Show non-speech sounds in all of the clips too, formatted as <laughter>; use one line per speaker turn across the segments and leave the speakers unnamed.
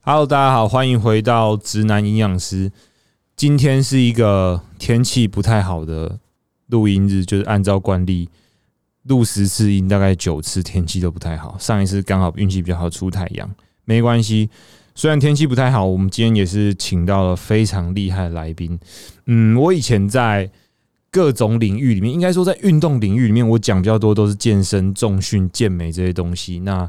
Hello，大家好，欢迎回到直男营养师。今天是一个天气不太好的录音日，就是按照惯例录十次音，大概九次天气都不太好。上一次刚好运气比较好出太阳，没关系。虽然天气不太好，我们今天也是请到了非常厉害的来宾。嗯，我以前在各种领域里面，应该说在运动领域里面，我讲比较多都是健身、重训、健美这些东西。那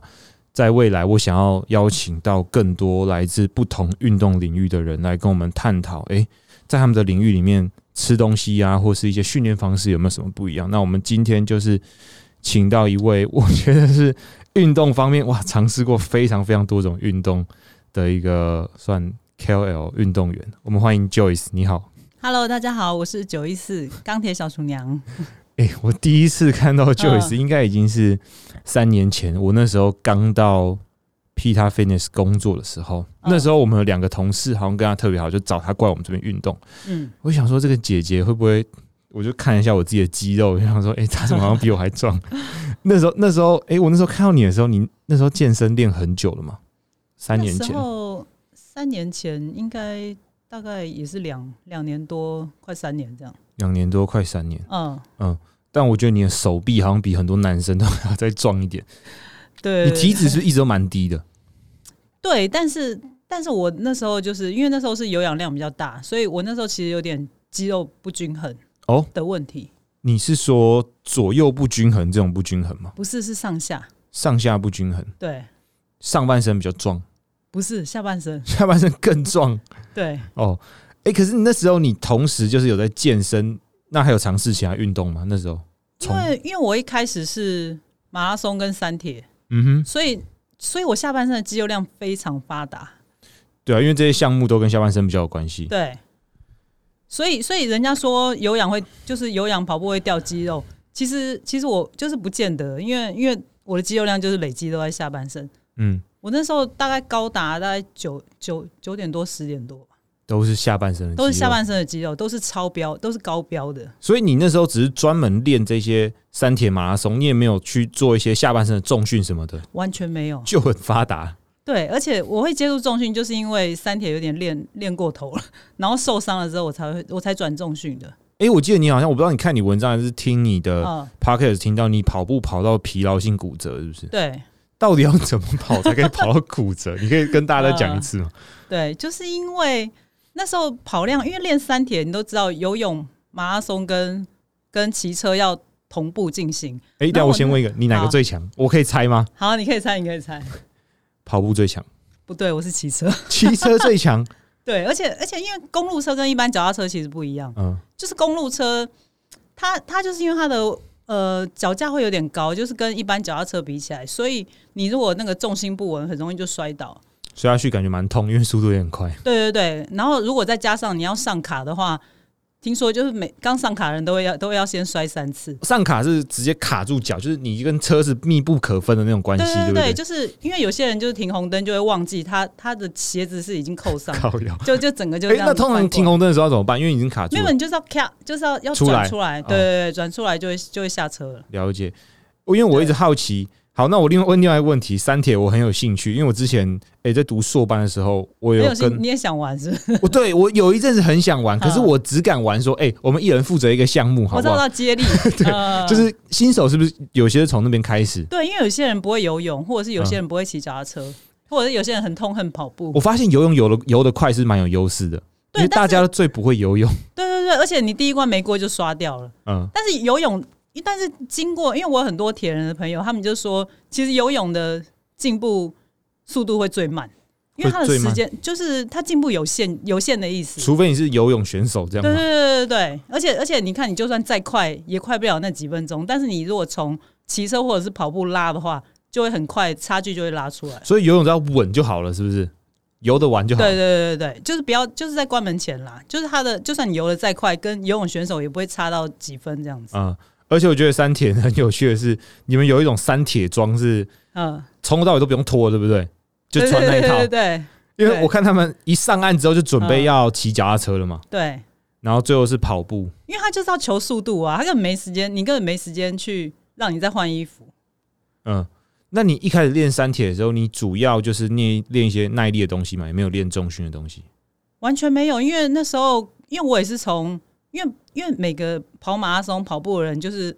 在未来，我想要邀请到更多来自不同运动领域的人来跟我们探讨，诶、在他们的领域里面吃东西啊，或是一些训练方式有没有什么不一样？那我们今天就是请到一位，我觉得是运动方面哇，尝试过非常非常多种运动的一个算 KOL 运动员。我们欢迎 Joyce，你好。
Hello，大家好，我是九一四钢铁小厨娘。
诶、我第一次看到 Joyce
嗯
应该已经是三年前，我那时候刚到 Pita Fitness 工作的时候，
嗯
那时候我们有两个同事好像跟他特别好，就找他过来我们这边运动。
嗯，
我想说这个姐姐会不会？我就看一下我自己的肌肉，我就想说，诶、她怎么好像比我还壮？ <laughs> 那时候，那时候，诶、我那时候看到你的时候，你那时候健身练很久了嘛？三年
那时
前，
候三年前应该大概也是两两年多，快三年这样。
两年多，快三年。
嗯，
但我觉得你的手臂好像比很多男生都还要再壮一点。
对，
你体脂是不是一直都蛮低的？
对，但是但是我那时候就是因为那时候是有氧量比较大，所以我那时候其实有点肌肉不均衡
哦
的问题，
你是说左右不均衡这种不均衡吗？
不是是上下，
上下不均衡，
对，
上半身比较壮， <laughs>
不是下半身，
下半身更壮
对，
哦。诶，可是你那时候你同时就是有在健身，那还有尝试其他运动吗？那时候
因
从
为因为我一开始是马拉松跟三铁，
嗯哼，
所以所以我下半身的肌肉量非常发达。
对啊，因为这些项目都跟下半身比较有关系。
对，所以所以人家说有氧会就是有氧跑步会掉肌肉，其实其实我就是不见得，因为因为我的肌肉量就是累积都在下半身。
嗯，
我那时候大概高达大概九九九点多十点多吧，
都是下半身的，
都是下。半身的肌肉，都是超标，都是高标的。
所以你那时候只是专门练这些三铁马拉松，你也没有去做一些下半身的重训什么的，
完全没有
就很发达。
对，而且我会接触重训，就是因为三铁有点练练过头了，然后受伤了之后，我才会我才转重训的。
诶，我记得你好像，我不知道你看你文章还是听你的
嗯，
podcast 听到你跑步跑到疲劳性骨折，是不是？
对
到底要怎么跑才可以跑到骨折？你可以跟大家再讲一次
<laughs>
吗？
对，就是因为那时候跑量，因为练三铁，你都知道游泳、马拉松跟跟骑车要同步进行。
哎、
呃那
那
我
我先问一个，你哪个最强？我可以猜吗？
好，你可以猜，你可以猜，
跑步最强，
不对，我是骑车。
骑车最强。
对，而且而且因为公路车跟一般脚踏车其实不一样，
<laughs> 嗯，
就是公路车，它它就是因为它的呃脚架会有点高，就是跟一般脚踏车比起来，所以你如果那个重心不稳，很容易就摔倒。
摔下去感觉蛮痛，因为速度有点快。
对对对，然后如果再加上你要上卡的话，听说就是每刚上卡的人都会要都会要先摔三次。
上卡是直接卡住脚，就是你跟车是密不可分的那种关系，
对
不对？
就是因为有些人就是停红灯就会忘记他他的鞋子是已经扣
<laughs>
上，
靠腰。
就就整个就
哎、
这
那
样翻过
通
来。
常停红灯的时候要怎么办？因为已经卡住
没有，
了。
你就是要卡，就是要要
出来
转出来，
哦
对对对，转出来就会就会下车了。
了解，我因为我一直好奇。好，那我另外问另外一个问题，三铁我很有兴趣，因为我之前诶、在读硕班的时候，我
没
有
有
跟
兴，你也想玩是不是？
我对我有一阵子很想玩，可是
嗯
我只敢玩说，哎、我们一人负责一个项目，好
我
不
知道
好？
到
<laughs>
接力，呃
就是新手是不是有些是从那边开始？
对，因为有些人不会游泳，或者是有些人不会骑脚踏车，或者是有些人很痛恨跑步
我。发现游泳游的游的快是蛮有优势的，因
对
为大
但是
家都最不会游泳。
对对对，而且你第一关没过就刷掉了。
嗯，
但是游泳，但是经过，因为我有很多铁人的朋友，他们就说，其实游泳的进步速度会最慢，因为它的
会最慢
时间就是它进步有限，有限的意
<laughs>
思。
除非你是游泳选手这
对
样
对
吗？
对对对，而且而且你看，你就算再快，也快不了那几分钟。但是你如果从骑车或者是跑步拉的话，就会很快，差距就会拉出来。
所以游泳只要稳就好了，是不是？游得完就好
对
了。
对对对对，就是不要，就是在关门前啦，就是他的，就算你游的再快，跟游泳选手也不会差到几分这样子。
嗯，而且我觉得三铁很有趣的是，你们有一种三铁装是
嗯，
从头到尾都不用脱，对不对？就
对
穿那一套
对对对，对
因为
对
我看他们一上岸之后就准备
嗯
要骑脚踏车了嘛，
对。
然后最后是跑步。
因为他就是要求速度啊，他根本没时间，你根本没时间去让你再换衣服。
嗯，那你一开始练三铁的时候，你主要就是练练一些耐力的东西嘛，也没有练重训的东西。
完全没有，因为那时候，因为我也是从，因为因为每个跑马拉松跑步的人，就是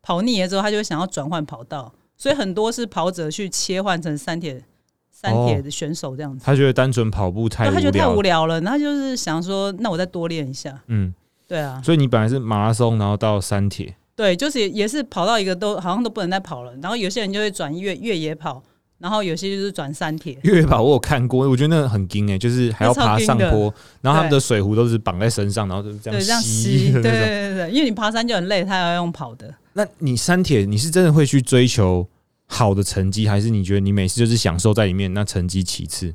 跑腻了之后，他就会想要转换跑道，所以很多是跑者去切换成三铁三铁的选手这样子，
他觉得单纯跑步太
对
无
他觉得太
聊
无
了，
聊了，那他就是想说，那我再多练一下，
嗯，
对啊，
所以你本来是马拉松，然后到三铁，
对，就是也也是跑到一个都好像都不能再跑了，然后有些人就会转越越野跑，然后有些就是转三铁，
越野跑我有看过，我觉得那很惊诶、欸就是还要爬上
那超惊
坡，然后他们的水壶都是绑在身上，然后就是这
对，
样
这样
吸
吸，
的
对
那
对
种。
对对，因为你爬山就很累，他要用跑的。
那你三铁，你是真的会去追求好的成绩，还是你觉得你每次就是享受在里面，那成绩其次？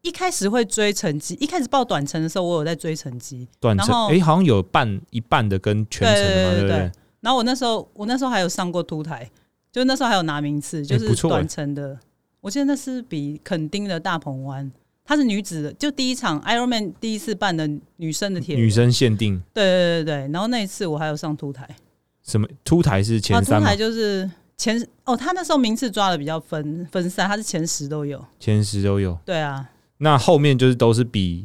一开始会追成绩，一开始报短程的时候，我有在追成绩。
短
然
程
后
诶，好像有半一半的跟全程的嘛，
对对对
不
对
对？
然后我那时候，我那时候还有上过凸台，就那时候还有拿名次，就
不
是
错欸
短程的。我记得那是比垦丁的大鹏湾，它是女子的，就第一场 Ironman 第一次办的女生的铁人
女生限定
对对对对，然后那一次我还有上凸台，啊
什么凸台是前
凸
三嘛
哦台，就是前哦，他那时候名次抓的比较分分散，他是前十都有。
前十都有。
对啊，
那后面就是都是比，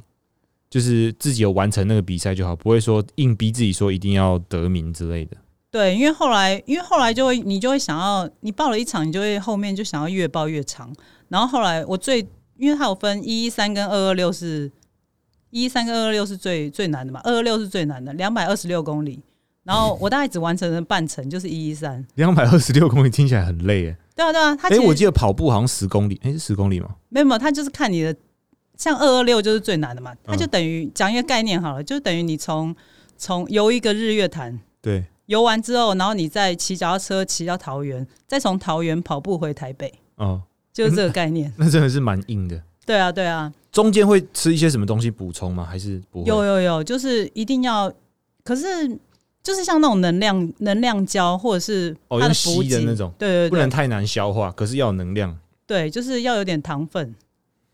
就是自己有完成那个比赛就好，不会说硬逼自己说一定要得名之类的。
对，因为后来，因为后来就会，你就会想要，你报了一场，你就会后面就想要越报越长。然后后来我最，因为它有分一一三跟二二六是，一一三跟二二六是最最难的嘛，二二六是最难的，两百二十六公里。然后我大概只完成了半程，就是一一三。
两百二十六公里听起来很累诶。
对啊，对啊，它其
诶，
实、
我记得跑步好像十公里，诶，是十公里吗？
没有没有，它就是看你的，像二二六就是最难的嘛，它就
嗯
等于、讲一个概念好了，就等于你从从游一个日月潭，
对，
游完之后，然后你再骑脚踏车骑到桃园，再从桃园跑步回台北，
哦，
就是这个概念。
那真的是蛮硬的。
对啊，对啊，
中间会吃一些什么东西补充吗？还是不会？
有有有，就是一定要，可是就是像那种能量能量胶或者是
哦，用
它的
吸
补
的
给，
那种，
对对
不能
对，
太难消化，可是要有能量。
对，就是要有点糖分，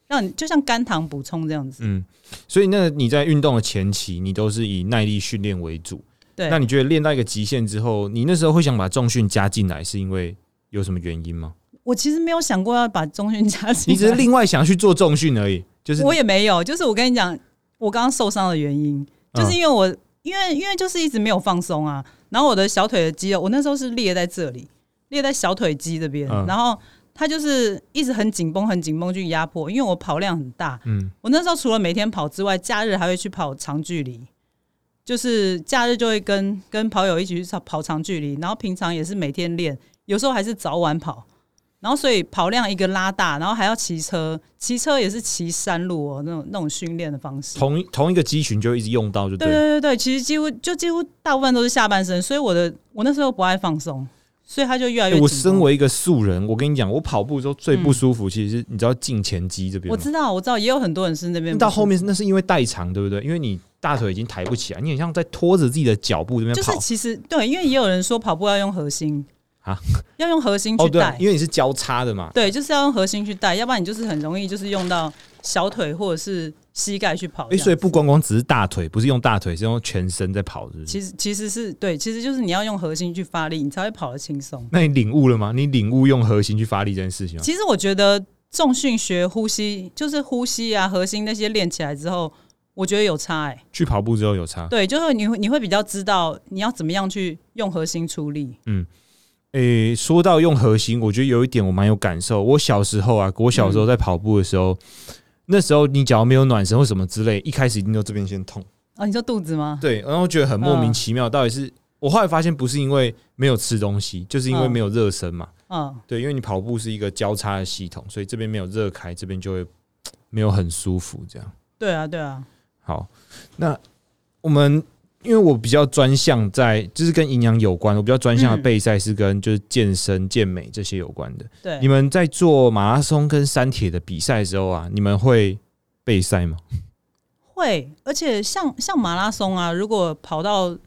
让你就像肝糖补充这样子。
嗯，所以那你在运动的前期，你都是以耐力训练为主。
对
那你觉得练到一个极限之后，你那时候会想把重训加进来，是因为有什么原因吗？
我其实没有想过要把中训加进
你
来，
只是另外想要去做重训而已，就是
我也没有，就是我跟你讲，我刚刚受伤的原因，
嗯
就是因为我、因为因为就是一直没有放松啊，然后我的小腿的肌肉，我那时候是裂在这里，裂在小腿肌这边，
嗯
然后它就是一直很紧绷，很紧绷去压迫，因为我跑量很大，
嗯，
我那时候除了每天跑之外，假日还会去跑长距离。就是假日就会跟跟跑友一起去跑跑长距离，然后平常也是每天练，有时候还是早晚跑，然后所以跑量一个拉大，然后还要骑车，骑车也是骑山路哦，那种那种训练的方式。
同一同一个肌群就一直用到，就
对
了
对对对，其实几乎就几乎大部分都是下半身，所以我的我那时候不爱放松，所以他就越来越
欸
紧绷、
我身为一个素人，我跟你讲，我跑步的时候最不舒服，其实是你知道胫前肌这边
嗯我
吗，
知道我知道，也有很多人是那边
那到后面是那是因为代偿，对不对？因为你大腿已经抬不起来，你很像在拖着自己的脚步这边
就
跑
是。其实对，因为也有人说跑步要用核心
啊，
要用核心
哦，
去
对
带、
啊，因为你是交叉的嘛，
对，啊就是要用核心去带，要不然你就是很容易就是用到小腿或者是膝盖去跑
哎、
这样子。
所以不光光只是大腿，不是用大腿，是用全身在跑，是不是？
其实其实是对，其实就是你要用核心去发力，你才会跑得轻松。
那你领悟了吗？你领悟用核心去发力这件事情吗？
其实我觉得重训学呼吸，就是呼吸啊、核心那些练起来之后，我觉得有差哎、
去跑步之后有差。
对，就是你会你会比较知道你要怎么样去用核心出力。
诶、说到用核心，我觉得有一点我蛮有感受。我小时候啊，我小时候在跑步的时候，那时候你只要没有暖身或什么之类，一开始一定都这边先痛。
哦，你说肚子吗？
对，然后觉得很莫名其妙，到底是我后来发现不是因为没有吃东西，就是因为
嗯
没有热身嘛。
嗯，
对，因为你跑步是一个交叉的系统，所以这边没有热开，这边就会没有很舒服这样。
对啊，对啊，
好，那我们因为我比较专项在，就是跟营养有关，我比较专项的
嗯
备赛是跟就是健身、健美这些有关的。
对
你。们在做马拉松跟山铁的比赛的时候啊，你们会备赛吗？
会，而且像像马拉松啊，如果跑到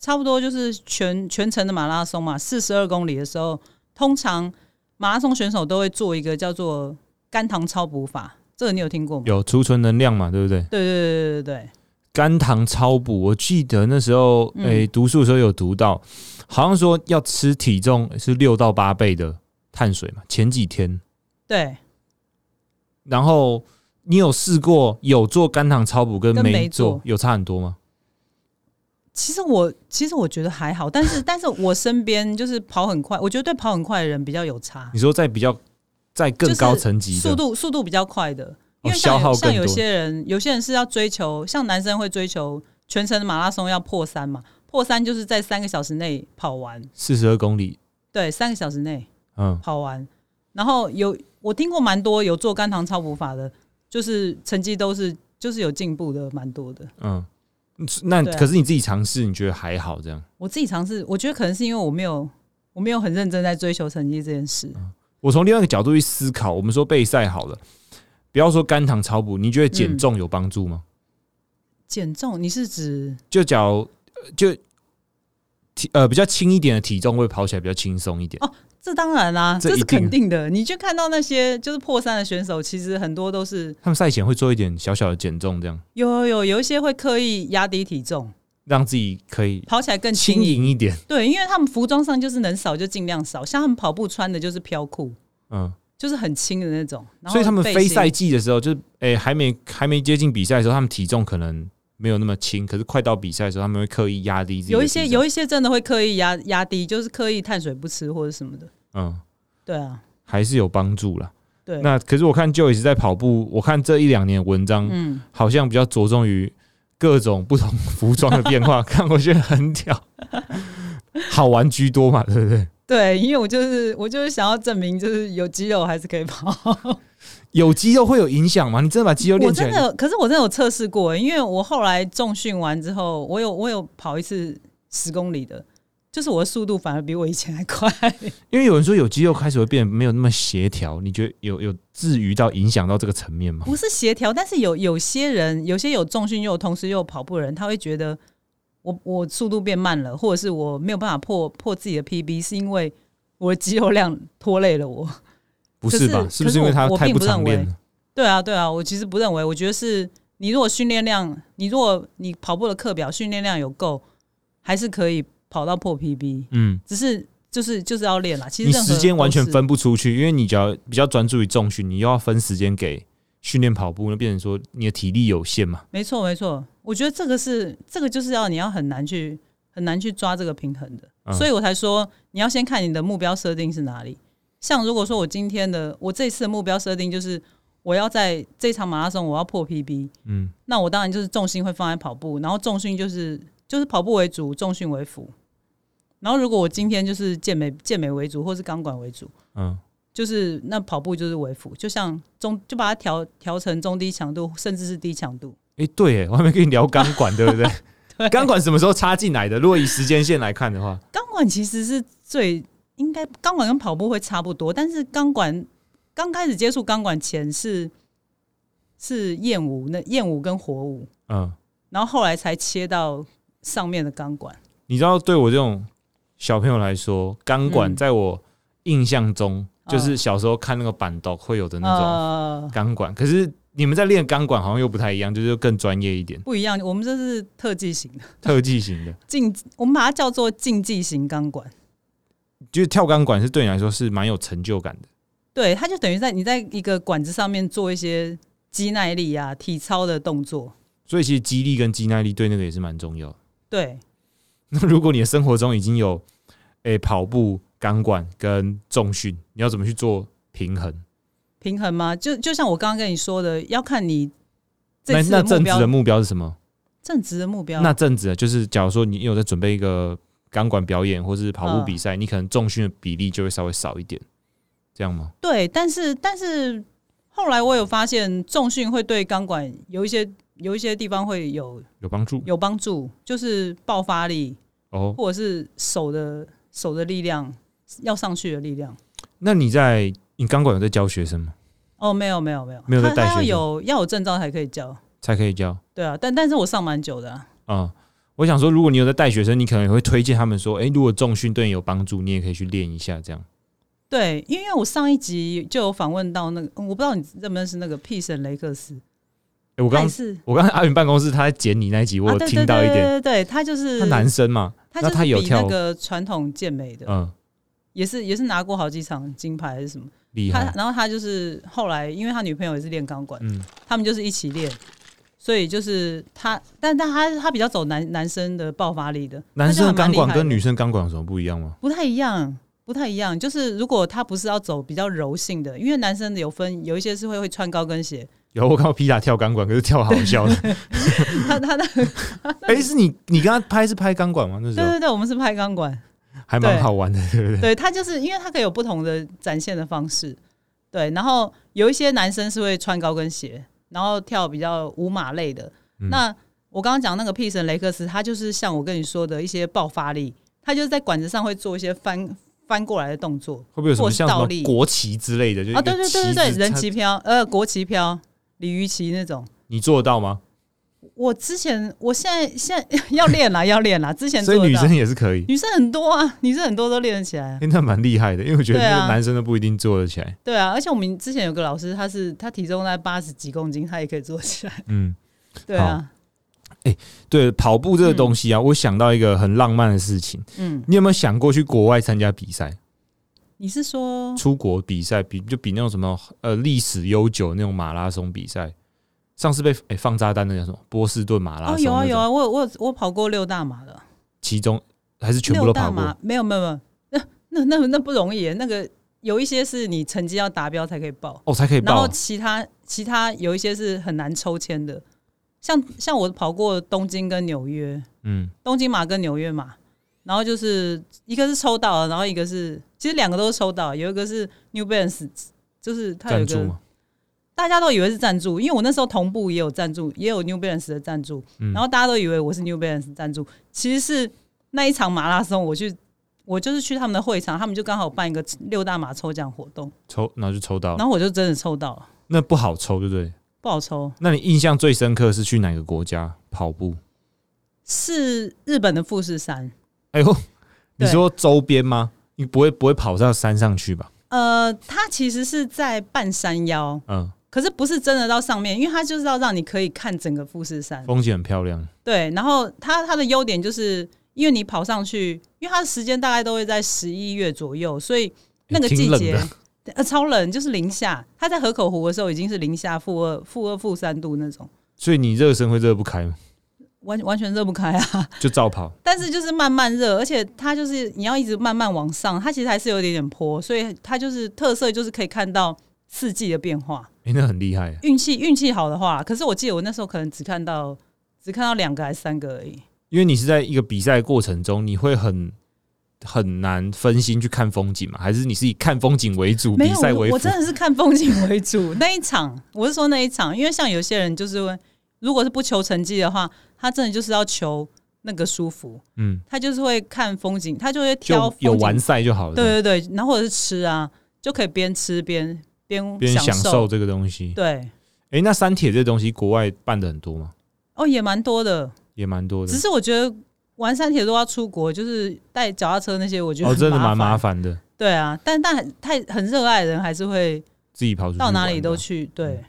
差不多就是全全程的马拉松嘛，四十二公里的时候，通常马拉松选手都会做一个叫做肝糖超补法，这个你有听过吗？
有储存能量嘛，对不对？
对对对对对对
肝糖超补，我记得那时候诶、
嗯
读书的时候有读到，好像说要吃体重是六到八倍的碳水嘛，前几天，
对，
然后你有试过有做肝糖超补跟
跟
没
没
做
做
有差很多吗？
其实我其实我觉得还好，但是但是我身边就是跑很快，我觉得对跑很快的人比较有差，
你说在比较在更
就是
高层级的哦
速度速度比较快的，因为
消
像有、
耗更
像有
多
些人，有些人是要追求，像男生会追求全程马拉松要破三嘛，破三就是在三个小时内跑完，
四十二公里，
对，三个小时内
嗯，
跑完。然后有我听过蛮多有做肝糖超补法的，就是成绩都是就是有进步的，蛮多的。
嗯，那
对啊
可是你自己尝试，你觉得还好这样？
我自己尝试，我觉得可能是因为我没有我没有很认真在追求成绩这件事。
嗯我从另外一个角度去思考，我们说备赛好了，不要说肝糖超补，你觉得
嗯
减重有帮助吗？
减重，你是指
就假如呃就体呃比较轻一点的体重会跑起来比较轻松一点，
哦这当然啦、
这
这是
一定
肯定的。你去看到那些就是破三的选手，其实很多都是
他们赛前会做一点小小的减重，这样
有有有有一些会刻意压低体重，
让自己可以
跑起来更
轻
轻盈。
盈一点。
对，因为他们服装上就是能少就尽量少，像他们跑步穿的就是飘裤，
嗯，
就是很轻的那种。然后
所以他们
背
非
心
赛季的时候，就是诶、还没还没接近比赛的时候，他们体重可能没有那么轻，可是快到比赛的时候，他们会刻意压低自己的
有一
体
些
重
有一些真的会刻意压压低，就是刻意碳水不吃或者什么的。
嗯，
对啊，
还是有帮助啦。
对，
那可是我看 Joyce 在跑步，我看这一两年的文章，
嗯，
好像比较着重于各种不同服装的变
<laughs>
化，看我觉得很屌，好玩居多嘛，对不对？
对，因为我就是我就是想要证明，就是有肌肉还是可以跑。
有肌肉会有影响吗？你真的把肌肉
我
练起
真
来？
的，可是我真的有测试过，因为我后来重训完之后，我有我有跑一次十公里的，就是我的速度反而比我以前还快。
因为有人说有肌肉开始会变得没有那么协调，你觉得有有至于到影响到这个层面吗？
不是协调，但是有有些人，有些有重训又有同时又有跑步的人，他会觉得我我速度变慢了，或者是我没有办法破破自己的 PB，是因为我的肌肉量拖累了我。 <laughs>
不是吧？
可是
是不是因为他
可是我
太
并不
常练了？
对啊，对啊，我其实不认为，我觉得是你如果训练量，你如果你跑步的课表训练量有够，还是可以跑到破 PB，
嗯，
只是就是就是要练啦。其实
你
任何
时间完全
都是
分不出去，因为你只要比较专注于重训，你又要分时间给训练跑步，那变成说你的体力有限嘛。
没错，没错，我觉得这个是这个就是要你要很难去很难去抓这个平衡的，
嗯
所以我才说你要先看你的目标设定是哪里。像如果说我今天的我这次的目标设定就是我要在这场马拉松我要破 PB，
嗯，
那我当然就是重心会放在跑步，然后重训就是就是跑步为主，重训为辅。然后如果我今天就是健美健美为主，或是钢管为主，
嗯，
就是那跑步就是为辅，就像中就把它调调成中低强度，甚至是低强度。
诶，对耶，我还没跟你聊钢管，对不对？
<laughs>
<laughs>
对
钢管什么时候插进来的？如果以时间线来看的话，
钢管其实是最应该钢管跟跑步会差不多，但是钢管刚开始接触钢管前是是燕舞，那燕舞跟火舞，
嗯，
然后后来才切到上面的钢管。
你知道，对我这种小朋友来说，钢管
嗯
在我印象中、
嗯
就是小时候看那个板斗会有的那种
呃，
钢管，可是你们在练钢管好像又不太一样，就是更专业一点，
不一样，我们这是特技型的
特技型的，
竞，我们把它叫做竞技型钢管。
就是跳钢管是对你来说是蛮有成就感的。
对，它就等于在你在一个管子上面做一些肌耐力啊、体操的动作。
所以其实肌力跟肌耐力对那个也是蛮重要的。 <laughs>
对，
那如果你的生活中已经有诶、跑步、钢管跟重训，你要怎么去做平衡？
平衡吗？就就像我刚刚跟你说的，要看你
那
这次
那
的目
正
标
职的目标是什么？
正职的目标。
那正职的就是，假如说你有在准备一个钢管表演或是
嗯
跑步比赛，你可能重训的比例就会稍微少一点，这样吗？
对，但是但是后来我有发现，重训会对钢管有一些有一些地方会有
有帮助
有帮助，就是爆发力
哦。
或者是手的手的力量要上去的力量。
那你在你钢管有在教学生吗？
哦，没有没有没有，
没有在
他
带
他要
学生
有要有证照才可以教。
才可以教
对啊，但但是我上蛮久的啊、
啊、嗯我想说，如果你有在带学生，你可能也会推荐他们说，诶、如果重训对你有帮助，你也可以去练一下，这样。
对，因为我上一集就有访问到那个，嗯我不知道你认不认识那个屁神雷克斯，
诶我
他也
刚
是，
我刚才阿云办公室他在剪你那一集，我
哎啊
有
对
听到一点，
对对对对对，他就是
他男生嘛，
他
那
就
他
是
有
比那
跳
个传统健美的，
嗯，
也是也是拿过好几场金牌还是什么。
厉
他
害，
然后他就是后来，因为他女朋友也是练钢管，
嗯，
他们就是一起练，所以就是他，但但他他比较走男男生的爆发力的，
男生的钢管跟
女
女生钢管有什么不一样吗？
不太一样，不太一样。就是如果他不是要走比较柔性的，因为男生有分有一些是会会穿高跟鞋，
有我看到皮塔跳钢管，可是跳好笑的。
<laughs> 他他的
哎、是你你跟他拍是拍钢管吗？那时
对
候
对对，我们是拍钢管，
还蛮好玩的，对不对？
对他就是因为他可以有不同的展现的方式，对。然后有一些男生是会穿高跟鞋，然后跳比较舞马类的。
嗯
那我刚刚讲那个屁神雷克斯，他就是像我跟你说的一些爆发力，他就是在管子上会做一些翻翻过来的动作
会不会有什么像什
或是倒
么
立
国旗之类的？就
啊，对对对对对，人
旗
旗
子
飘，呃，国旗飘，鲤鱼旗那种。
它，你做得到吗？
我之前，我现在现在 <laughs> 要练啦，要练啦。之前
所
做
以
得
女
到
生也是可以，
女生很多啊，女生很多都练得起来啊、
哎、那蛮厉害的，因为我觉得
对啊
那个男生都不一定做得起来。
对啊，而且我们之前有个老师，他是他体重在八十几公斤，他也可以做起来。
嗯，
对啊，
对，跑步这个东西啊，我想到一个很浪漫的事情，
嗯，
你有没有想过去国外参加比赛？
你是说
出国比赛比就比那种什么呃历史悠久那种马拉松比赛，上次被诶、放炸弹的叫什么波士顿马拉松
哦
那
有
种、
啊有啊，我有我有我跑过六大马的，
其中还是全部
六
都
大
跑
马
过，
没有没有没 <laughs> 有，那那那那不容易耶，那个有一些是你成绩要达标才可以报，
哦才可以
然
报
后，其他其他有一些是很难抽签的，像像我跑过东京跟纽约，
嗯，
东京马跟纽约马，然后就是一个是抽到了，然后一个是其实两个都是抽到，有一个是 New Balance，就是它有
赞
一
助
个
嘛，
大家都以为是赞助，因为我那时候同步也有赞助，也有 New Balance 的赞助，
嗯
然后大家都以为我是 New Balance 赞助，其实是那一场马拉松我去。我就是去他们的会场，他们就刚好办一个六大马抽奖活动，
抽然后就抽到了
然，后我就真的抽到了，
那不好抽对不对？
不好抽，
那你印象最深刻是去哪个国家跑步？
是日本的富士山。
哎呦，你
对
说周边吗？你不会不会跑到山上去吧？
呃，它其实是在半山腰，
嗯，
可是不是真的到上面，因为它就是要让你可以看整个富士山。
风景很漂亮，
对，然后它它的优点就是，因为你跑上去，因为它的时间大概都会在十一月左右，所以那个
挺
季
冷
节
的，
呃超冷，就是零下。它在河口湖的时候已经是零下负二、负二、负三度那种，
所以你热身会热不开吗？
完完全热不开啊。 <laughs>
就照跑。
但是就是慢慢热，而且它就是你要一直慢慢往上，它其实还是有一点点坡，所以它就是特色就是可以看到四季的变化。
哎、那很厉害，
运气运气好的话，可是我记得我那时候可能只看到只看到两个还是三个而已。
因为你是在一个比赛过程中，你会很很难分心去看风景嘛？还是你是以看风景为主，
没
比
有，
赛为
我
辅？
我真的是看风景为主。那一场，我是说那一场，因为像有些人就是会，如果是不求成绩的话，他真的就是要求那个舒服，
嗯，
他就是会看风景，他就会挑
就
风景
有完赛就好了，
对对对，然后或者是吃啊，就可以边吃边边
边享受
受。
这个东西。
对，
哎、那山铁这东西国外办的很多吗？
哦，也蛮多的。
也蛮多的
只，是我觉得玩山铁都要出国，就是带脚踏车那些，我觉得
哦，真的蛮
很
麻
麻烦。
烦的，
对啊，但但很太很热爱的人还是会
自己跑出去
到哪
玩
里
的啊嗯
都去。对，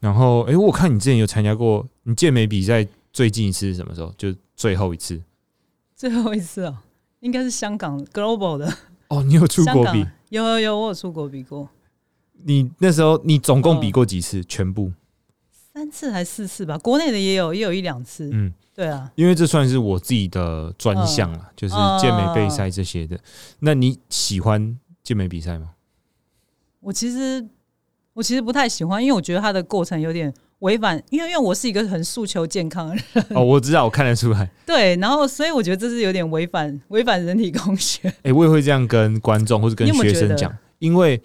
然后，哎、我看你之前有参加过你健美比赛，最近一次是什么时候？就最后一次
<laughs> 最后一次哦，应该是香港 Global 的
哦。你有出
香
国
港
比？
有有有，我有出国比过
你那时候你总共比过几次？全部？
三次还四次吧，国内的也有也有一两次。
嗯，
对啊，
因为这算是我自己的专项
嗯
了，就是健美备赛这些的。那你喜欢健美比
<laughs>
赛吗？
我其实我其实不太喜欢，因为我觉得它的过程有点违反，因为因为我是一个很诉求健康的人， <laughs>
哦，我知道，我看得出来。
对，然后所以我觉得这是有点违反违反人体工学。
哎、我也会这样跟观众或者跟
你有没有
学
觉
生
得
讲，因为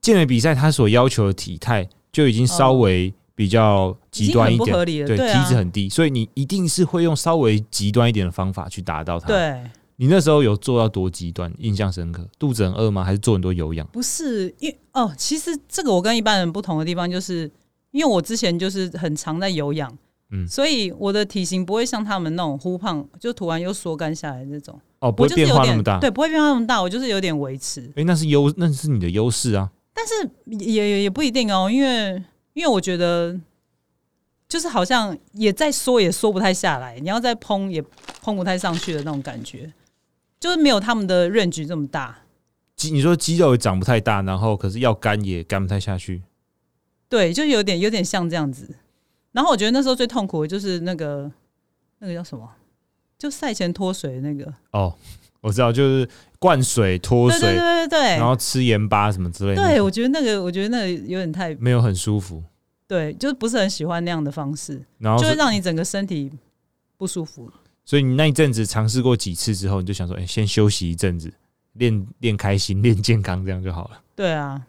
健美比赛它所要求的体态就已经稍
哦
微比较
已
极
经
端
很
一
不
点，
合理了，
对，
啊
体脂，很低，所以你一定是会用稍微极端一点的方法去达到它。，
对，
你那时候有做到多极端？印象深刻，肚子很饿吗？还是做很多有氧？
不是，因为哦，其实这个我跟一般人不同的地方，就是因为我之前就是很常在有氧，
嗯
所以我的体型不会像他们那种忽胖，就突然又缩干下来那种，
哦，不会
我就是
变
有
化那么
点
大。
对，不会变化那么大，我就是有点维持，
诶，那是优，那是你的优势啊。
但是也也也不一定哦，因为因为我觉得就是好像也在缩，也缩不太下来，你要再砰也砰不太上去的那种感觉，就是没有他们的 range 这么大，
肌你说肌肉也长不太大，然后可是要干也干不太下去。
对，就有点有点像这样子。然后我觉得那时候最痛苦的就是那个那个叫什么，就赛前脱水的那个，
哦，我知道，就是灌水、脱
对
水，
对对对
然后
对，
吃盐巴什么之类的，
对我觉得那个我觉得那个有点太
没有很舒服。
对，就是不是很喜欢那样的方式，
然后
就会
是，
让你整个身体不舒服。
所以你那一阵子尝试过几次之后，你就想说，哎、先休息一阵子，练练开心，练健康，这样就好了。
对啊，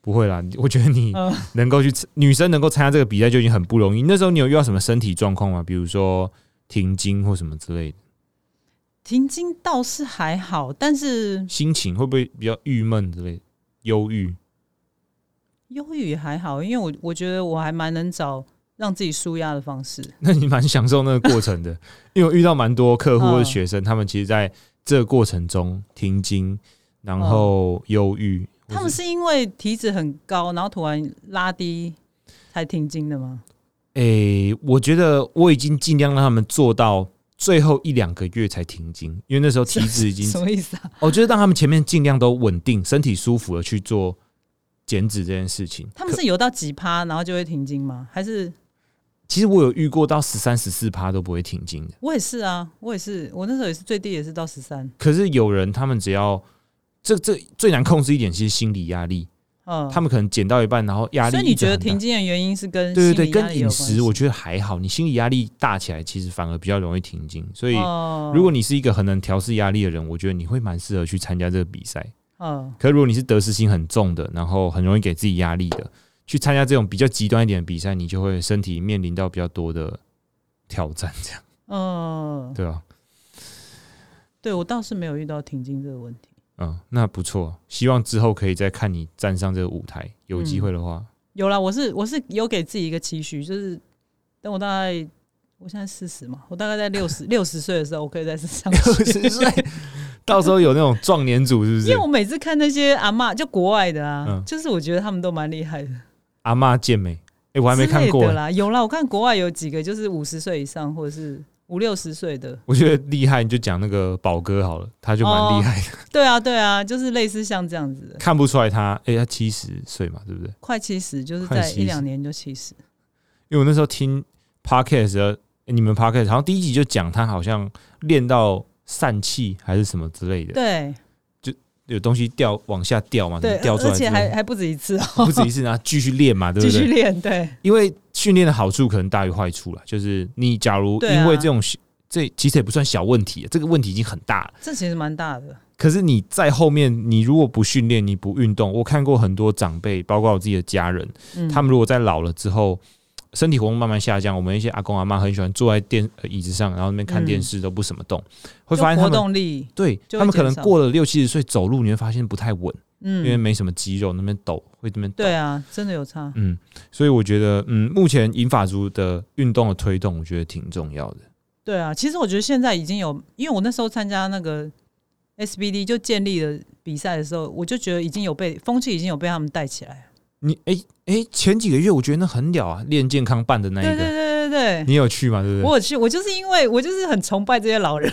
不会啦，我觉得你
嗯
<laughs> 能够去参女生能够参加这个比赛就已经很不容易。那时候你有遇到什么身体状况吗？比如说停经或什么之类的，
停经倒是还好，但是
心情会不会比较郁闷之类的，忧郁？ <laughs>
忧郁也还好，因为我我觉得我还蛮能找让自己舒压的方式。
那你蛮享受那个过程的， <laughs> 因为我遇到蛮多客户
嗯
或者学生，他们其实在这个过程中停经，然后忧郁，或
他们是因为体脂很高，然后突然拉低才停经的吗？
诶、我觉得我已经尽量让他们做到最后一两个月才停经，因为那时候体脂已经
<laughs> 什么意思啊？
我觉得让他们前面尽量都稳定，身体舒服的去做减脂这件事情。
他们
可
是有到几趴，然后就会停经吗？还是
其实我有遇过到十三、十四趴都不会停经的，
我也是啊，我也是，我那时候也是最低也是到十三，
可是有人他们只要这这最难控制一点，其实心理压力，
嗯，
他们可能减到一半，然后压力
所以你
一直
觉得
很大
停经的原因是跟
对对对，
心理压
跟
力有
饮
关系
食我觉得还好，你心理压力大起来，其实反而比较容易停经。所以，
哦
如果你是一个很能调试压力的人，我觉得你会蛮适合去参加这个比赛。
嗯
可如果你是得失心很重的，然后很容易给自己压力的，去参加这种比较极端一点的比赛，你就会身体面临到比较多的挑战，这样
嗯，
对吧、
对我倒是没有遇到停经这个问题，
嗯，那不错，希望之后可以再看你站上这个舞台，有机会的话，
有啦，我是我是有给自己一个期许，就是等我大概。我现在四十嘛，我大概在六
<laughs>
十六十岁的时候，我可以再上
六
去。
十岁， <laughs> 到时候有那种壮年组是不
因为
是
我？每次看那些阿嬷，就国外的啊，
嗯
就是我觉得他们都蛮厉害的。
阿妈健美，哎、我还没看
之
过
类的，啦，有啦，我看国外有几个就是五十岁以上或者是五六十岁的，
我觉得厉害，你就讲那个宝哥好了，他就蛮厉害的，
对啊，对啊，就是类似像这样子的，
看不出来他，哎、他七十岁嘛，对不对？
快七十，就是
快
在
70
一两年就七十，
因为我那时候听 podcast 的、诶你们 podcast，好像第一集就讲他好像练到疝气还是什么之类的，
对
有东西掉往下掉嘛，
对，
掉出
而
来
且
之
还
后，
还不止一次哦，
不止一次，然后继续练嘛，对
继
不
续
对？
练，对，
因为训练的好处可能大于坏处了，就是你假如
对啊
因为这种小、这其实也不算小问题，啊这个问题已经很大了。
这其实蛮大的，
可是你在后面，你如果不训练，你不运动，我看过很多长辈，包括我自己的家人，
嗯，
他们如果在老了之后，身体活动慢慢下降，我们一些阿公阿妈很喜欢坐在电、呃椅子上，然后那边看电视都不怎么动，会
嗯就
发现他
活
们
动力，
对
就会
他们可能
减少
过了六七十岁走路，你会发现不太稳，因为
嗯，
没什么肌肉，那边抖会这边抖。
对啊，真的有差，
嗯，所以我觉得，嗯，目前银发族的运动的推动，我觉得挺重要的。
对啊，其实我觉得现在已经有，因为我那时候参加那个 SBD 就建立了比赛的时候，我就觉得已经有被风气已经有被他们带起来了，
你哎哎、前几个月我觉得那很屌啊，练健康办的那一
对
个，
对对对对。
你有去吗？对不对？
我有去，我就是因为我就是很崇拜这些老人，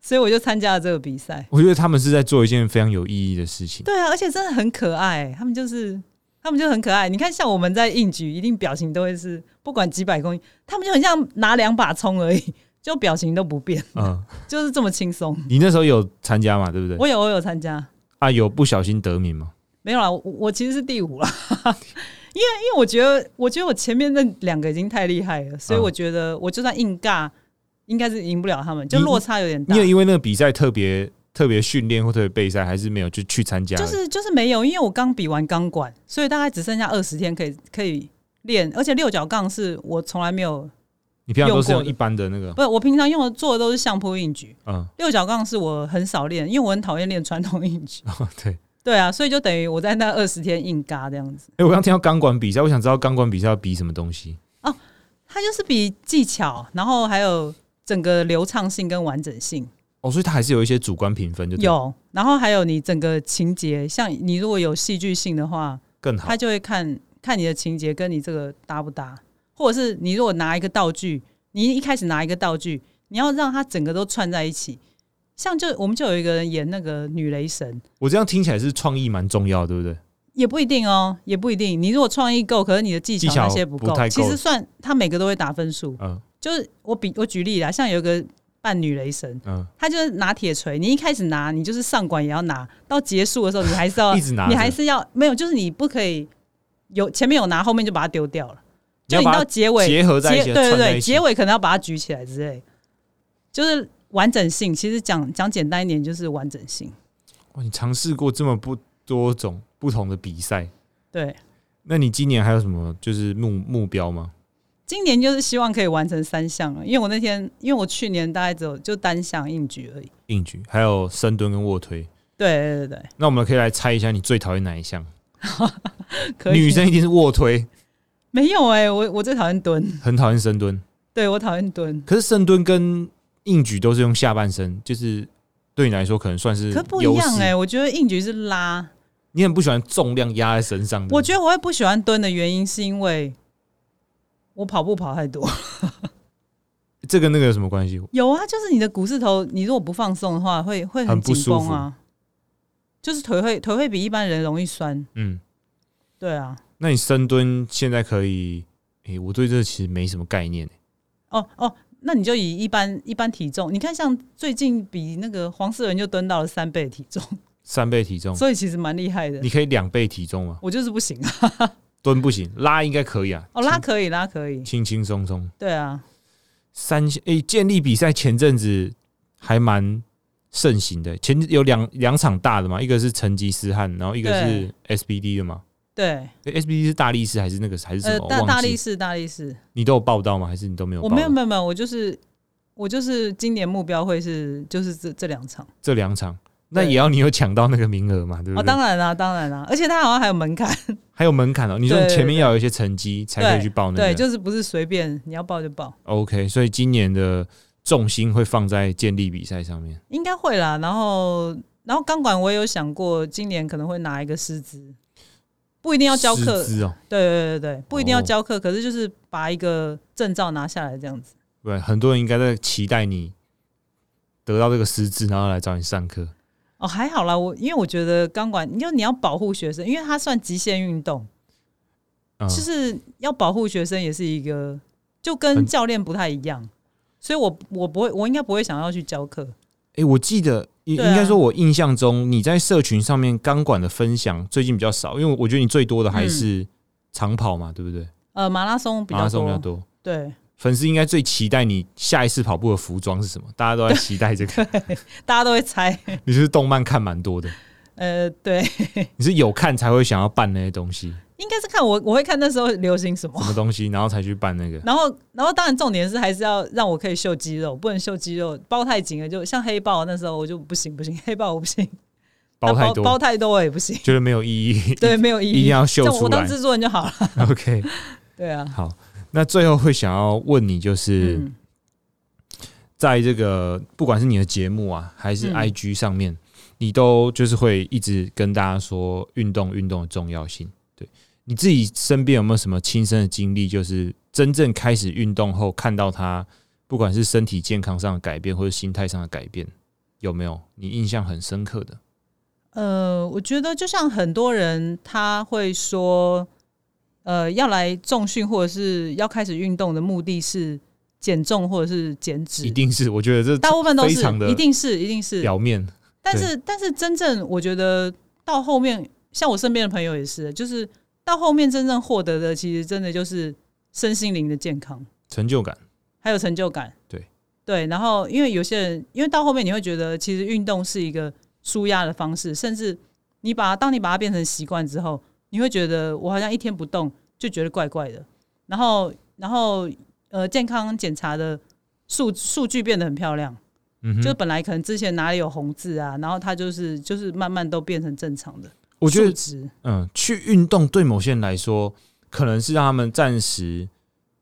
所以我就参加了这个比赛。
我觉得他们是在做一件非常有意义的事情。
对啊，而且真的很可爱，他们就是他们就很可爱。你看，像我们在应举，一定表情都会是不管几百公斤，他们就很像拿两把葱而已，就表情都不变，
嗯，
就是这么轻松。
你那时候有参加嘛？对不对？
我有我有参加，
啊，有不小心得名吗？
没有啦，我我其实是第五啦， <laughs> 因为因为我觉得我觉得我前面那两个已经太厉害了，所以
嗯
我觉得我就算硬尬，应该是赢不了他们，就
你
落差有点大。
你有因为那个比赛特别特别训练或特别备赛，还是没有就去参加了？
就是就是没有，因为我刚比完钢管，所以大概只剩下二十天可以可以练，而且六角杠是我从来没有，
你平常都是用
用过的
一般的那个，
不是我平常用的做的都是相扑硬举，
嗯， <laughs>
六角杠是我很少练，因为我很讨厌练传统硬举。 <laughs>
哦对。
对啊，所以就等于我在那二十天硬嘎这样子。
哎、我刚听到钢管比赛，我想知道钢管比赛要比什么东西？
它就是比技巧，然后还有整个流畅性跟完整性
哦，所以它还是有一些主观评分，就对
有，然后还有你整个情节，像你如果有戏剧性的话，
更好
他。就会看看你的情节跟你这个搭不搭，或者是你如果拿一个道具，你一开始拿一个道具，你要让它整个都串在一起，像就我们就有一个人演那个女雷神，
我这样听起来是创意蛮重要，对不对？
也不一定哦，也不一定。你如果创意够，可是你的技巧
技巧
那些不
不
够，
太够
其实算他每个都会打分数。
嗯
就是我比我举例啦，像有一个扮女雷神，
嗯，
她就是拿铁锤，你一开始拿，你就是上管也要拿，到结束的时候你还是要
<laughs> 一直拿着，
你还是要没有，就是你不可以有前面有拿，后面就把它丢掉了。
你
就
要
你
把它
到结尾
结合在一
结
起，
对
串
对
在一
对，
起
结尾可能要把它举起来之类，就是完整性。其实讲讲简单一点，就是完整性。
哦哇，你尝试过这么不多种不同的比赛，
对，
那你今年还有什么就是目目标吗？
今年就是希望可以完成三项了，因为我那天因为我去年大概只有就单项硬举而已。
硬举，还有深蹲跟卧推。
对对对对
那我们可以来猜一下，你最讨厌哪一项？
对，可以。
女生一定是卧推，
没有哎、我我最讨厌蹲，
很讨厌深蹲。
对我讨厌蹲，
可是深蹲跟硬举都是用下半身，就是对你来说可能算是
可不一
优
样
势
哎、我觉得硬举是拉，
你很不喜欢重量压在身上的。
我觉得我会不喜欢蹲的原因是因为我跑步跑太多。
得这跟那个有什么关系？
有啊，就是你的股四头，你如果不放松的话，会会
很不
紧
舒
绷啊，就是腿会腿会比一般人容易酸。
嗯，
对啊，
那你深蹲现在可以？诶、我对这其实没什么概念、
哦哦，那你就以一般一般体重，你看像最近比那个黄世仁就蹲到了三倍的体重，
三倍体重，
所以其实蛮厉害的
你。可以两倍体重吗？
我就是不行啊，
蹲不行，拉应该可以啊。
哦拉可以拉可以，
轻轻松松。
对啊，
三诶、建立比赛前阵子还蛮盛行的，前有两两场大的嘛，一个是成吉思汗，然后一个是 SBD 的嘛。
对，
诶 SBD 是大力士还是那个还是什
呃
么？
大
我
大
忘
力
记。
士大力士，
你都有报道吗？还是你都没有报
我
道？
没有没有没有，我就是我就是今年目标会是就是这这两场
这两场，那也要你有抢到那个名额嘛，对不对？
哦，当然啦、当然啦、而且他好像还有门槛。
还有门槛哦，你说
对
你前面要有一些成绩才可以去报那个。
对，就是不是随便你要报就报，
OK，所以今年的重心会放在建立比赛上面。
应该会啦。然后，然后钢管我也有想过，今年可能会拿一个师资，不一定要教课
师，资哦，
对对对对，不一定要
哦
教课，可是就是把一个证照拿下来这样子。
对，很多人应该在期待你得到这个师资，然后来找你上课。
哦，还好啦，我因为我觉得钢管，因为你要保护学生，因为它算极限运动，
嗯，
就是要保护学生，也是一个就
很
跟教练不太一样，所以我我不会，我应该不会想要去教课。
诶，我记得应应
对啊
该说，我印象中你在社群上面钢管的分享最近比较少，因为我觉得你最多的还是长跑嘛，对不对？
呃，马拉松嗯比
马拉
较
松比较
多，
多。
对，
粉丝应该最期待你下一次跑步的服装是什么？大家都在期待这
<laughs>
个。
大家都会猜，
你是不是动漫看蛮多的，
呃，对。
你是有看才会想要办那些东西，
应该是看我，我会看那时候流行什么
什。么东西，然后才去办那个。
然后，然后当然重点是还是要让我可以秀肌肉，不能秀肌肉包太紧了，就像黑豹那时候我就不行不行，黑豹我不行，
包太
包
多，
太多我也不行，
觉得没有意义，
对，没有
<laughs>
意
一定
义。
要秀
像
出
我当
来。
制作人就好了，
<laughs> OK，
对啊，
好，那最后会想要问你， <laughs> 就是、
嗯
在这个不管是你的节目啊，还是
嗯
IG 上面，你都就是会一直跟大家说运动运动的重要性。对你自己身边有没有什么亲身的经历，就是真正开始运动后，看到他不管是身体健康上的改变，或者心态上的改变，有没有你印象很深刻的？
呃，我觉得就像很多人他会说，呃，要来重训或者是要开始运动的目的是减重或者是减
一
脂，
定是，我觉得这
大部分都
非
是
常，的
一定是一定是
表面
但是，但是真正我觉得到后面，像我身边的朋友也是，就是到后面真正获得的，其实真的就是身心灵的健康，
成就感。
还有成就感。
对
对，然后因为有些人，因为到后面你会觉得，其实运动是一个舒压的方式，甚至你把它，当你把它变成习惯之后，你会觉得我好像一天不动就觉得怪怪的。然后，然后呃，健康检查的数数据变得很漂亮。
嗯哼，
就本来可能之前哪里有红字啊，然后它就是就是慢慢都变成正常的。
我觉
数
得，
值
嗯，去运动对某些人来说，可能是让他们暂时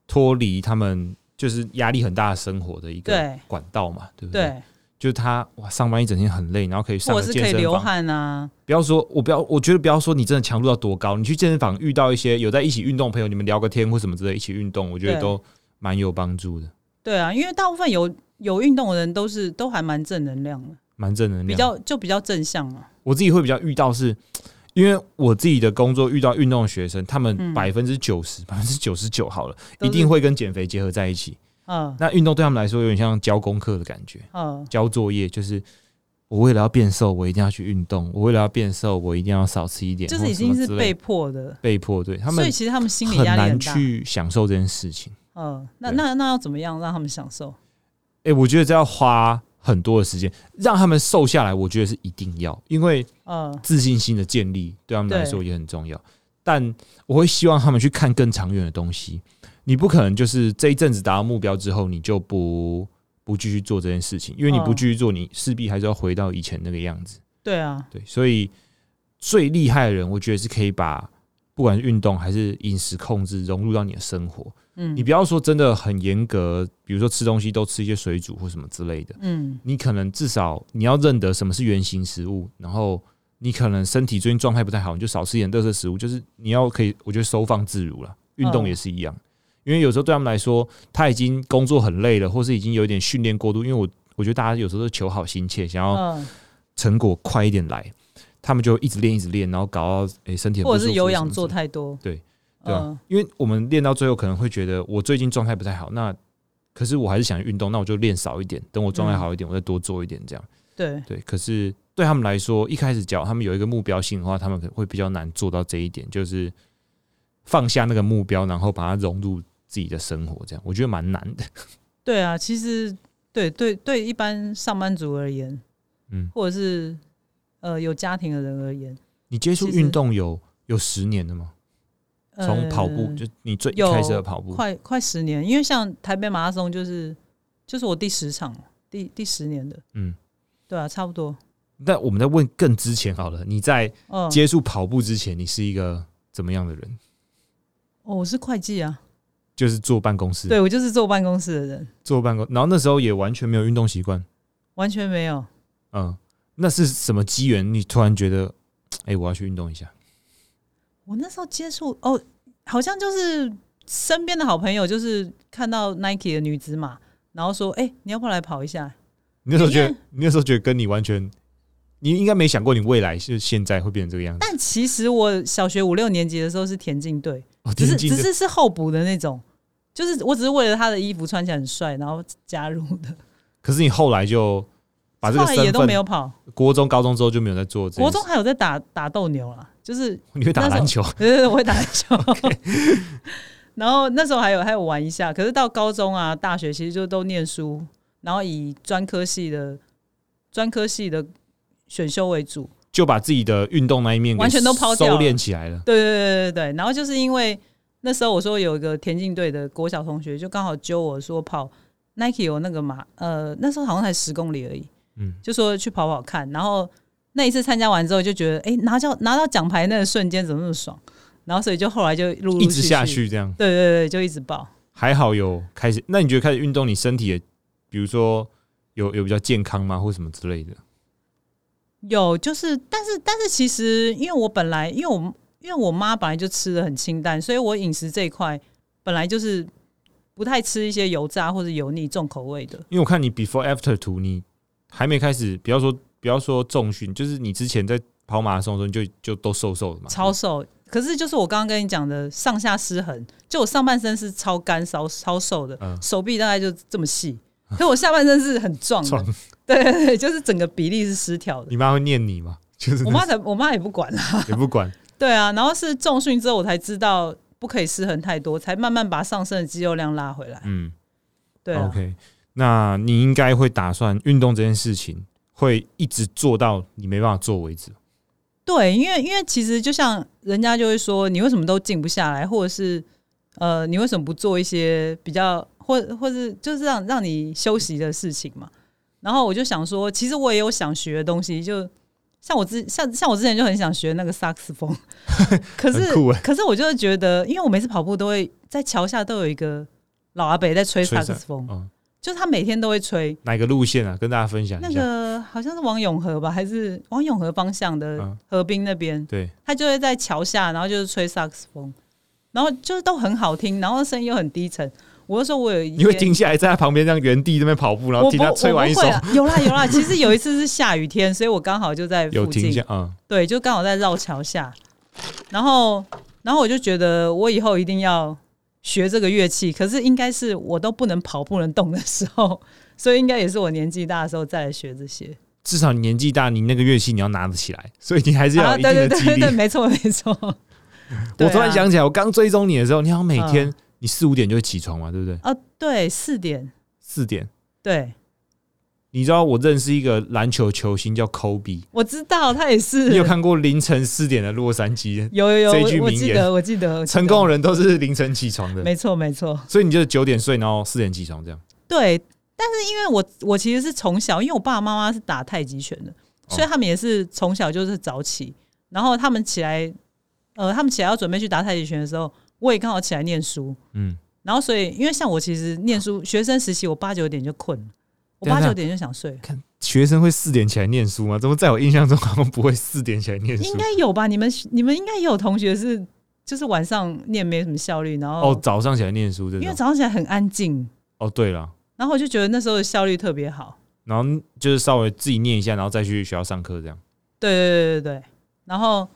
脱离他们就是压力很大的生活的一个
对
管道嘛，对不对？
对，
就是他哇，上班一整天很累，然后可以上
或
个
者是
健
可以
身
流
房。
汗啊，
不要说，我不要，我觉得不要说你真的强度到多高，你去健身房遇到一些有在一起运动的朋友，你们聊个天或什么之类，一起运动，我觉得
对
都蛮有帮助的。
对啊，因为大部分有有运动的人都是都还蛮正能量的，
蛮正能量。
比较就比较正向嘛。
我自己会比较遇到是，因为我自己的工作遇到运动的学生，他们
嗯
百分之九十、百分之九十九好了，
都
一
是
定会跟减肥结合在一起。
嗯
那运动对他们来说有点像交功课的感觉，
嗯
交作业就是。我为了要变瘦，我一定要去运动；我为了要变瘦，我一定要少吃一点，
就是
或
已
什么
经是
之类
被迫的，
被迫对他
所
们
以其实他们心理
很
压力
难
很大。
去享受这件事情。
嗯，那
对
那那要怎么样让他们享受？
诶，我觉得这要花很多的时间，让他们瘦下来，我觉得是一定要，因为
嗯
自信心的建立对他们来
对
说也很重要。但我会希望他们去看更长远的东西。你不可能就是这一阵子达到目标之后，你就不不继续做这件事情，因为你不
嗯
继续做，你势必还是要回到以前那个样子。
对啊，
对，所以最厉害的人，我觉得是可以把不管是运动还是饮食控制融入到你的生活。
嗯
你不要说真的很严格，比如说吃东西都吃一些水煮或什么之类的。
嗯
你可能至少你要认得什么是原型食物，然后你可能身体最近状态不太好，你就少吃一点特色食物，就是你要可以，我觉得收放自如了。运动
嗯
也是一样，因为有时候对他们来说，他已经工作很累了，或是已经有一点训练过度。因为我我觉得大家有时候都求好心切，想要
嗯，
成果快一点来，他们就一直练一直练，然后搞到诶、身体很不
或者
舒
是
服
有
什
氧
么之
做
类的
太多，
对对啊
嗯，
因为我们练到最后可能会觉得我最近状态不太好，那可是我还是想运动，那我就练少一点，等我状态
嗯
好一点，我再多做一点这样。
对，
对，可是对他们来说，一开始只要他们有一个目标性的话，他们可能会比较难做到这一点，就是放下那个目标，然后把它融入自己的生活，这样我觉得蛮难的。
对啊，其实对对对，一般上班族而言，
嗯，
或者是呃有家庭的人而言，
你接触
其实
运动有有十年了吗？
呃
从跑步就你最一
有
开始的跑步，
快快十年，因为像台北马拉松就是就是我第十场，第第十年的，
嗯。
对啊，差不多，
那我们再问更之前好了，你在
嗯，
接触跑步之前，你是一个怎么样的人？
哦，我是会计啊，
就是坐办公室，
对我就是坐办公室的人，
坐办公，然后那时候也完全没有运动习惯，
完全没有。
嗯，那是什么机缘？你突然觉得，哎、我要去运动一下，
我那时候接触哦，好像就是身边的好朋友，就是看到 Nike 的女子马，然后说：“哎、你要不要来跑一下
你那时候觉得
因，
你那时候觉得跟你完全，你应该没想过你未来是现在会变成这个样？”子。
但其实我小学五六年级的时候是田径队，
哦，
只是
田径
只
的
是是候补的那种，就是我只是为了他的衣服穿起来很帅，然后加入的。
可是你后来就把这
后
个
来
身
也
份，
都没有跑，
国中、高中之后就没有再做这件
国
事。
中还有在打打斗牛啦，
<laughs>
就是
你会打篮球，
对对对，我会打篮
<laughs>
球。 <laughs> 然后那时候还有还有玩一下，可是到高中啊、大学其实就都念书，然后以专科系的专科系的选修为主。
就把自己的运动那一面给
完全都抛掉
收
了
敛起来了。
对对对对对。然后就是因为那时候我说有一个田径队的国小同学，就刚好揪我说跑 Nike 有那个马，呃，那时候好像才十公里而已，
嗯，
就说去跑跑看。然后那一次参加完之后，就觉得哎、诶拿到拿到奖牌那个瞬间怎么那么爽？然后所以就后来就陆陆
一直
续
下去这样，
对对对，就一直报。
还好有开始。那你觉得开始运动，你身体也，比如说有有比较健康吗，或什么之类的？
有，就是，但是但是其实，因为我本来因为我因为我妈本来就吃的很清淡，所以我饮食这一块本来就是不太吃一些油炸或者油腻重口味的。
因为我看你 before after 图，你还没开始，不要说不要说重训，就是你之前在跑马拉松的时候，你就就都瘦瘦的嘛，
超瘦。可是就是我刚刚跟你讲的上下失衡，就我上半身是超干、超超瘦的，
嗯
手臂大概就这么细，可是我下半身是很壮的
壮。
<laughs> 对对对，就是整个比例是失调的。
你妈会念你
<laughs>
吗？就是
我妈才，我妈也不管啦。 <laughs>
也不管，
对啊，然后是重训之后，我才知道不可以失衡太多，才慢慢把上身的肌肉量拉回来。
嗯
对啊，
，OK。那你应该会打算运动这件事情，会一直做到你没办法做为止。
对，因为因为其实就像人家就会说，你为什么都静不下来，或者是呃，你为什么不做一些比较或或是就是让让你休息的事情嘛？然后我就想说，其实我也有想学的东西，就像我之像像我之前就很想学那个萨克
<laughs>
斯风，可是
很酷欸
可是我就是觉得，因为我每次跑步都会在桥下都有一个老阿伯在吹
吹
萨
萨
克斯风，
嗯，
就是他每天都会吹。
哪个路线啊？跟大家分享
那
一下。
个好像是往永和吧，还是往永和方向的
嗯
河滨那边，
对，
他就会在桥下，然后就是吹萨克斯风，然后就是都很好听，然后声音又很低沉。我就说我有一
你会
天
停下来在他旁边这样原地这边跑步，然后
我
听
不
他吹完一首
我，不会啊有啦有啦。其实有一次是下雨天，所以我刚好就在
有
附
停
近
下，啊，
对，就刚好在绕桥下。然后，然后我就觉得我以后一定要学这个乐器，可是应该是我都不能跑、不能动的时候， <laughs> 所以应该也是我年纪大的时候再来学这些。
至少你年纪大，你那个乐器你要拿得起来，所以你还是要
啊，
有一定
对对
的
对
肌
对
力
对，。没错没错。 <laughs> 对
我
啊嗯
突然想起来，我刚追踪你的时候，你好像每天你四五点就会起床嘛，对不对？
啊，对，四点，
四点，
对
你知道我认识一个篮球球星叫 Kobe，
我知道，他也是
<laughs> 你有看过凌晨四点的洛杉 <laughs> 矶？
有有有，
这一句
我我
名
记
言
得我记得我记得
成功的人都是凌晨起床的，
没错没错。
所以你就九点睡，然后四点起床这样。
对，但是因为我我其实是从小，因为我爸爸妈妈是打太极拳的，
哦
所以他们也是从小就是早起，然后他们起来，呃，他们起来要准备去打太极拳的时候，我也刚好起来念书，
嗯，
然后所以因为像我其实念书学生时期，我八九点就困了，我
等一
八
下
九点就想睡了。
看学生会四点起来念书吗？怎么在我印象中好像不会四点起来念书
应？该有吧？你们你们应该也有同学是，就是晚上念没什么效率，然后、
哦，早上起来念书这
因为
种。
早上起来很安静，
哦，对了，
然后我就觉得那时候的效率特别好。
然后就是稍微自己念一下，然后再去学校上课这样。
对对对对对。然后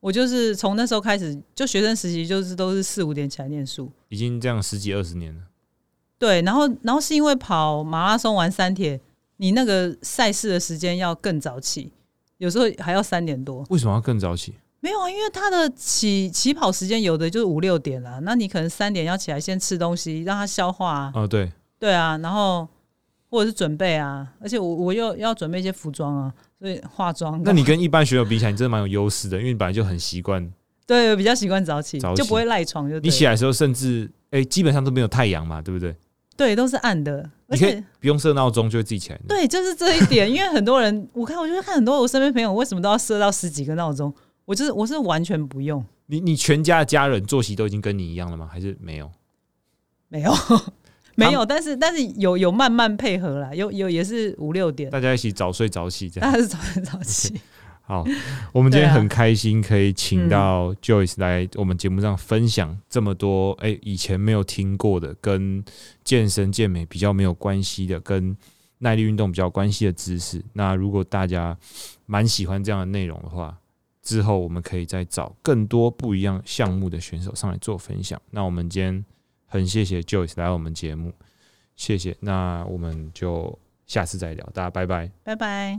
我就是从那时候开始，就学生时期就是都是四五点起来念书。
已经这样十几二十年了。
对，然后然后是因为跑马拉松、玩三铁，你那个赛事的时间要更早起，有时候还要三点多。
为什么要更早起？
没有啊，因为他的起起跑时间有的就是五六点啦，那你可能三点要起来先吃东西，让它消化啊。
哦，对，
对啊，然后或者是准备啊，而且我我又要准备一些服装啊，所以化妆。
那你跟一般学友比起来，你真的蛮有优势的，因为你本来就很习惯，
对比较习惯早起，
早起
就不会赖床就
你
对了。
起来的时候甚至哎、基本上都没有太阳嘛，对不对？
对，都是暗的，而
你可以
且
不用设闹钟就会自己起来。，
对，就是这一点，因 <laughs> 为很多人，我看我就是看很多我身边朋友为什么都要设到十几个闹钟，我就是我是完全不用，
你你全家的家人作息都已经跟你一样了吗？还是没有？
没有 <laughs> 没有，但是但是有有慢慢配合啦，有有也是五六点，
大家一起早睡早起这样。
大家是早很早起，
好，我们今天
对啊
很开心可以请
嗯
到 Joyce 来我们节目上分享这么多，哎、以前没有听过的，跟健身健美比较没有关系的，跟耐力运动比较有关系的知识。那如果大家蛮喜欢这样的内容的话，之后我们可以再找更多不一样项目的选手上来做分享。那我们今天很谢谢 Joyce 来我们节目，谢谢。那我们就下次再聊，大家拜拜。
拜拜。